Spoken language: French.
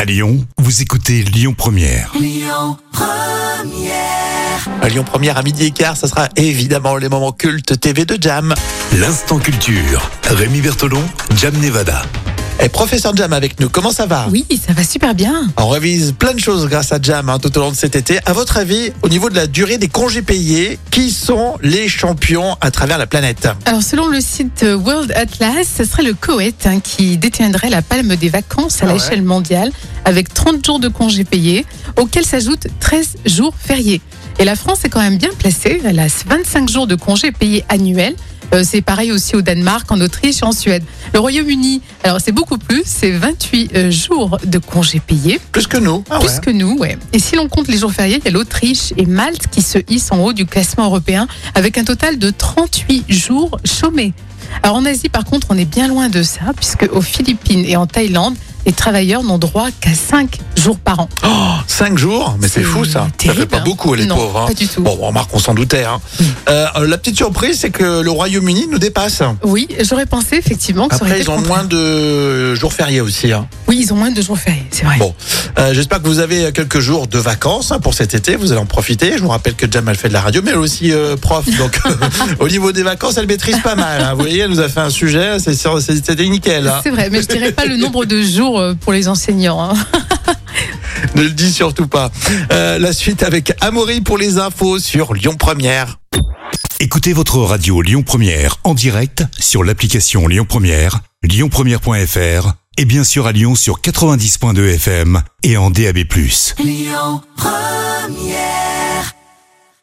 À Lyon, vous écoutez Lyon Première. À Lyon Première à midi et quart, ça sera évidemment les moments cultes TV de Jam. L'instant culture. Rémi Bertolon, Jam Nevada. Et professeur Jam avec nous, comment ça va Oui, ça va super bien. On révise plein de choses grâce à Jam hein, tout au long de cet été. À votre avis, au niveau de la durée des congés payés, qui sont les champions à travers la planète Alors, selon le site euh, World Atlas, ce serait le Koweït hein, qui détiendrait la palme des vacances à Ah ouais. l'échelle mondiale avec 30 jours de congés payés, auxquels s'ajoutent 13 jours fériés. Et la France est quand même bien placée. Elle a 25 jours de congés payés annuels. Euh, c'est pareil aussi au Danemark, en Autriche, en Suède. Le Royaume-Uni, alors c'est beaucoup plus, c'est 28 euh, jours de congés payés. Plus que nous. Ah ouais. plus que nous, ouais. Et si l'on compte les jours fériés, il y a l'Autriche et Malte qui se hissent en haut du classement européen avec un total de 38 jours chômés. Alors en Asie, par contre, on est bien loin de ça, puisque aux Philippines et en Thaïlande, les travailleurs n'ont droit qu'à 5 jours par an. Oh, cinq jours, mais c'est C'est fou ça. ça fait terrible, pas hein. beaucoup les Non, pauvres. hein. pas du tout. Bon, on remarque, on s'en doutait. hein. Euh, la petite surprise, c'est que le Royaume-Uni nous dépasse. Oui, j'aurais pensé effectivement que ça aurait Après, été ils le ont contraire. moins de jours fériés aussi. hein. Oui, ils ont moins de jours fériés, c'est vrai. Bon. Euh, J'espère que vous avez quelques jours de vacances hein, pour cet été. Vous allez en profiter. Je vous rappelle que Jamal fait de la radio, mais elle est aussi euh, prof. Donc, au niveau des vacances, elle maîtrise pas mal. hein. Vous voyez, elle nous a fait un sujet. c'est sûr, c'est- C'était nickel. hein. C'est vrai, mais je dirais pas le nombre de jours euh, pour les enseignants. hein. Ne le dis surtout pas. Euh, la suite avec Amaury pour les infos sur Lyon Première. Écoutez votre radio Lyon Première en direct sur l'application Lyon Première, lyonpremière.fr et bien sûr à Lyon sur 90.2 FM et en DAB+.